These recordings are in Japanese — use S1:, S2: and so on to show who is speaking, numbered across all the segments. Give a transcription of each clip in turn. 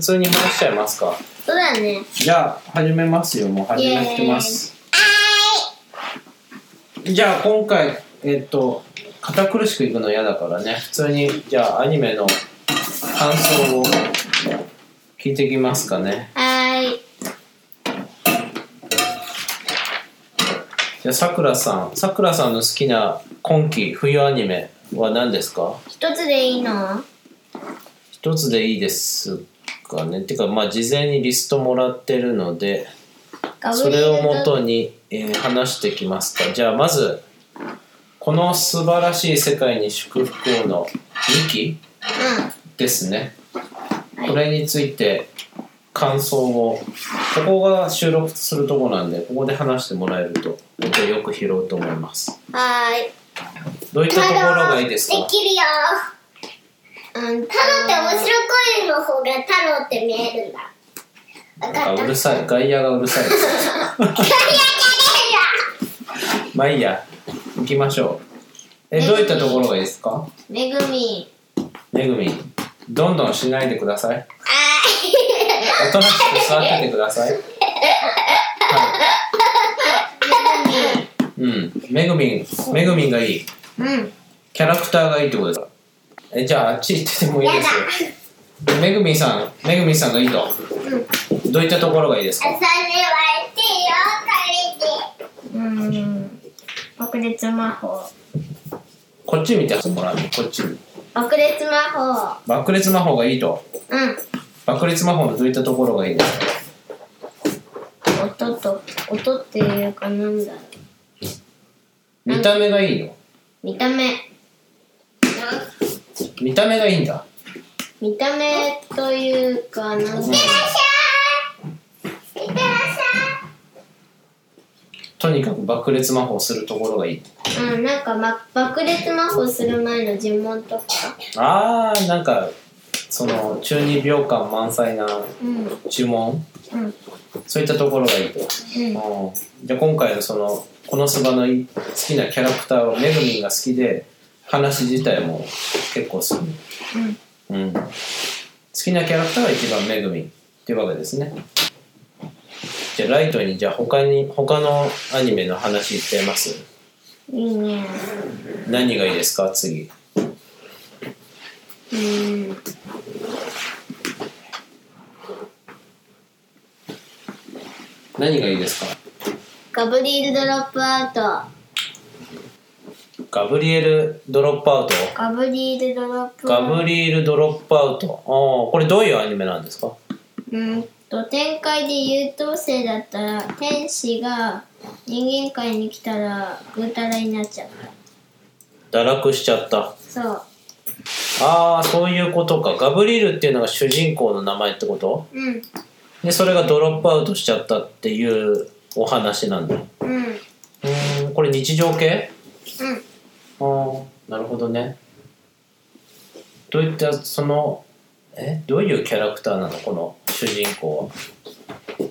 S1: 通に話しちゃいますか
S2: そうだね。
S1: じゃあ始めますよもう始めてますじゃあ今回えっと堅苦しくいくの嫌だからね普通にじゃあアニメの感想を聞いてきますかね
S2: はーい。
S1: じゃあさくらさんさくらさんの好きな今季冬アニメは何ですか
S2: 一つでいいの
S1: 一つでいいですかねてかまあ事前にリストもらってるので
S2: ガブ
S1: そ
S2: リエ
S1: れ
S2: ル
S1: をもとに、えー話してきますかじゃあまずこの素晴らしい世界に祝福をの2期ですね
S2: はい
S1: これについて感想をここが収録するとこなんでここで話してもらえると僕はよく拾うと思います
S2: うん。はーい。
S1: どういったところがいいですか
S3: できるよ
S2: うん。
S3: 太郎って面白いの方が太郎って見えるんだ分か
S1: あ
S3: った
S1: うるさい外野がうるさいです
S3: そりゃじゃね
S1: まあいいや行きましょうえどういったところがいいですか
S2: めぐみ。
S1: めぐみどんどんしないでください
S3: えよ
S1: おとなしく座っててください。はい、うん、めぐみん、めぐみんがいい。
S2: うん。
S1: キャラクターがいいってことですか。え、じゃあ、あっち行っててもいい
S3: や
S1: で
S3: だ
S1: すよ。めぐみんさん、めぐみんさんがいいと。どういったところがいいです
S3: それ
S1: か。
S3: はてよこれ
S2: う
S3: で
S2: ん。爆裂魔法。
S1: こっち見てもらう、こっち。
S2: 爆裂魔法。
S1: 爆裂魔法がいいと。
S2: うん。
S1: 爆裂魔法のどういったところがいいですか。
S2: 音と、音っていうかなんだろう。
S1: 見た目がいいの。
S2: 見た目。
S1: 見た目がいいんだ。
S2: 見た目というかなんだろう。
S3: いってらっしゃいいってらっしゃい
S1: とにかく爆裂魔法をするところがいい。
S2: うん、なんか、ま、爆裂魔法する前の呪文とか。
S1: あー、なんか。その中二病感満載な
S2: うん。
S1: 注文
S2: うん。
S1: そういったところがいいと、
S2: うん。
S1: うんじゃあ今回のそのこのそばのい好きなキャラクターをめぐみんが好きで話自体も結構好き、うん、好きなキャラクターが一番めぐみんっていうわけですねじゃあライトにじゃあ他に他のアニメの話いっちゃいます
S2: うん。いいね。
S1: 何がいいですか次
S2: うん。
S1: 何がいいですか
S2: ガブリエルドロップアウト。
S1: ガブリエル・ドロップアウト
S2: ガブリエルドロップア
S1: ガ
S2: ウト。
S1: ブリエル・ドロップアウトああこれどういうアニメなんですか
S2: うんと展開で優等生だったら天使が人間界に来たらぐうたらになっちゃう
S1: 堕落しちゃった
S2: そ
S1: ああそういうことかガブリエルっていうのが主人公の名前ってこと
S2: ううん
S1: でそれがドロップアウトしちゃったっていうお話なんだう
S2: うんうん
S1: ーんこれ日常系ああなるほどねどういったそのえどういうキャラクターなのこの主人公は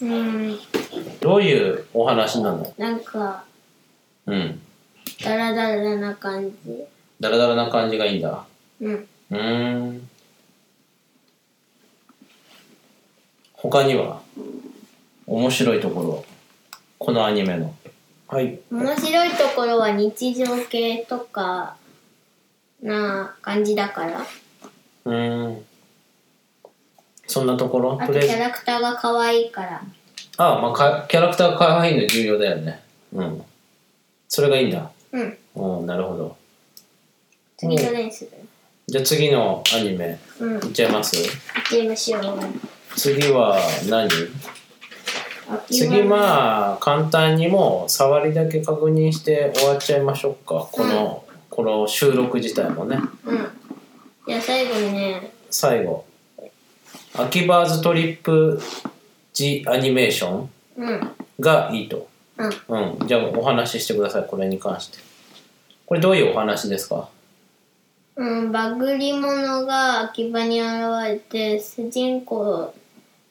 S2: うん
S1: どういうお話なの
S2: なんか
S1: うん
S2: ダラダラな感じ
S1: ダラダラな感じがいいんだ
S2: うん
S1: うーん他には面白いところこのアニメのはい
S2: 面白いところは日常系とかな感じだから
S1: うーんそんなところ
S2: あ
S1: と
S2: と
S1: り
S2: キ
S1: あえず
S2: ャラクターが可愛いから
S1: ああまあかキャラクターが可愛いの重要だよねうんそれがいいんだ
S2: うん
S1: うんなるほど
S2: 次の練習だよ
S1: じゃあ次のアニメ
S2: うん
S1: いっちゃいます
S2: 行ってみましょう
S1: 次は何次まあ簡単にもう触りだけ確認して終わっちゃいましょうかこの、この収録自体もね
S2: うんじゃあ最後にね
S1: 最後アキバーズトリップジアニメーション
S2: うん
S1: がいいと
S2: うん
S1: うんじゃあお話ししてくださいこれに関してこれどういうお話ですか
S2: うん、バグり者が秋葉に現れて主人公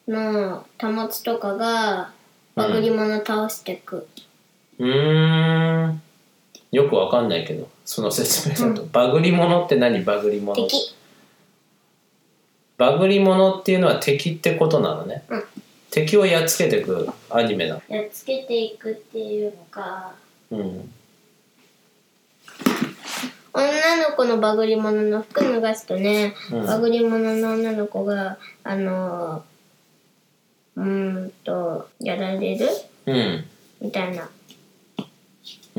S2: の保つとかがバグり者倒してく、
S1: うーんよくわかんないけどその説明だと、バグり物って何バグり物
S2: 敵
S1: バグり物っていうのは敵ってことなのね、
S2: うん
S1: 敵をやっつけていくアニメだ
S2: やっつけていくっていうか
S1: うん
S2: 女の子のバグり物の服脱がすとね、
S1: うん
S2: バグり物の女の子があのうーんとやられる
S1: うん
S2: みたいな
S1: う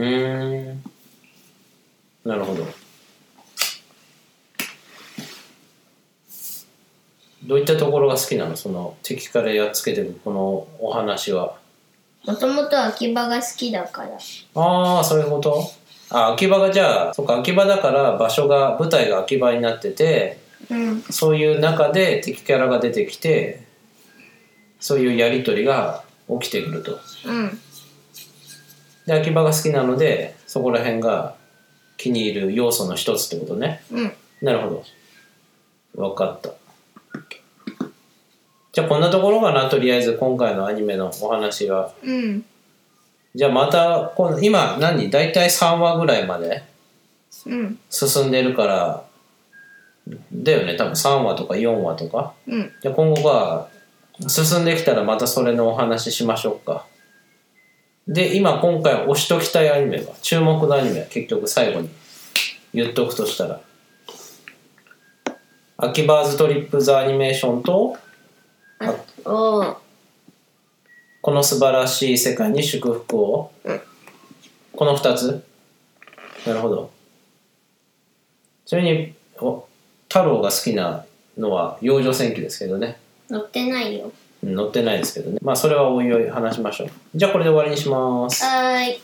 S1: ーんなるほどどういったところが好きなのその敵からやっつけていくこのお話は
S2: もともと秋葉が好きだか
S1: あ
S2: ら
S1: あそういうことあ秋葉がじゃあそっか秋葉だから場所が舞台が秋葉になってて
S2: うん
S1: そういう中で敵キャラが出てきてそういうやり取りが起きてくると
S2: うん
S1: で秋葉が好きなのでそこら辺が気に入る要素の一つってことね
S2: うん
S1: なるほど分かったじゃあこんなところかなとりあえず今回のアニメのお話は
S2: うん
S1: じゃあまた今度今何大体3話ぐらいまで
S2: うん
S1: 進んでるからだよね多分3話とか4話とか
S2: うん
S1: じゃあ今後が進んできたらまたそれのお話ししましょうかで今今回押しときたいアニメは注目のアニメは結局最後に言っとくとしたら「アキバーズ・トリップ・ザ・アニメーション」と
S2: あと
S1: 「この素晴らしい世界に祝福を」この2つなるほどちなみにお太郎が好きなのは幼女戦記ですけどね
S2: 乗ってないよ
S1: うん載ってないですけどねまあそれはおいおい話しましょうじゃあこれで終わりにします
S2: はーい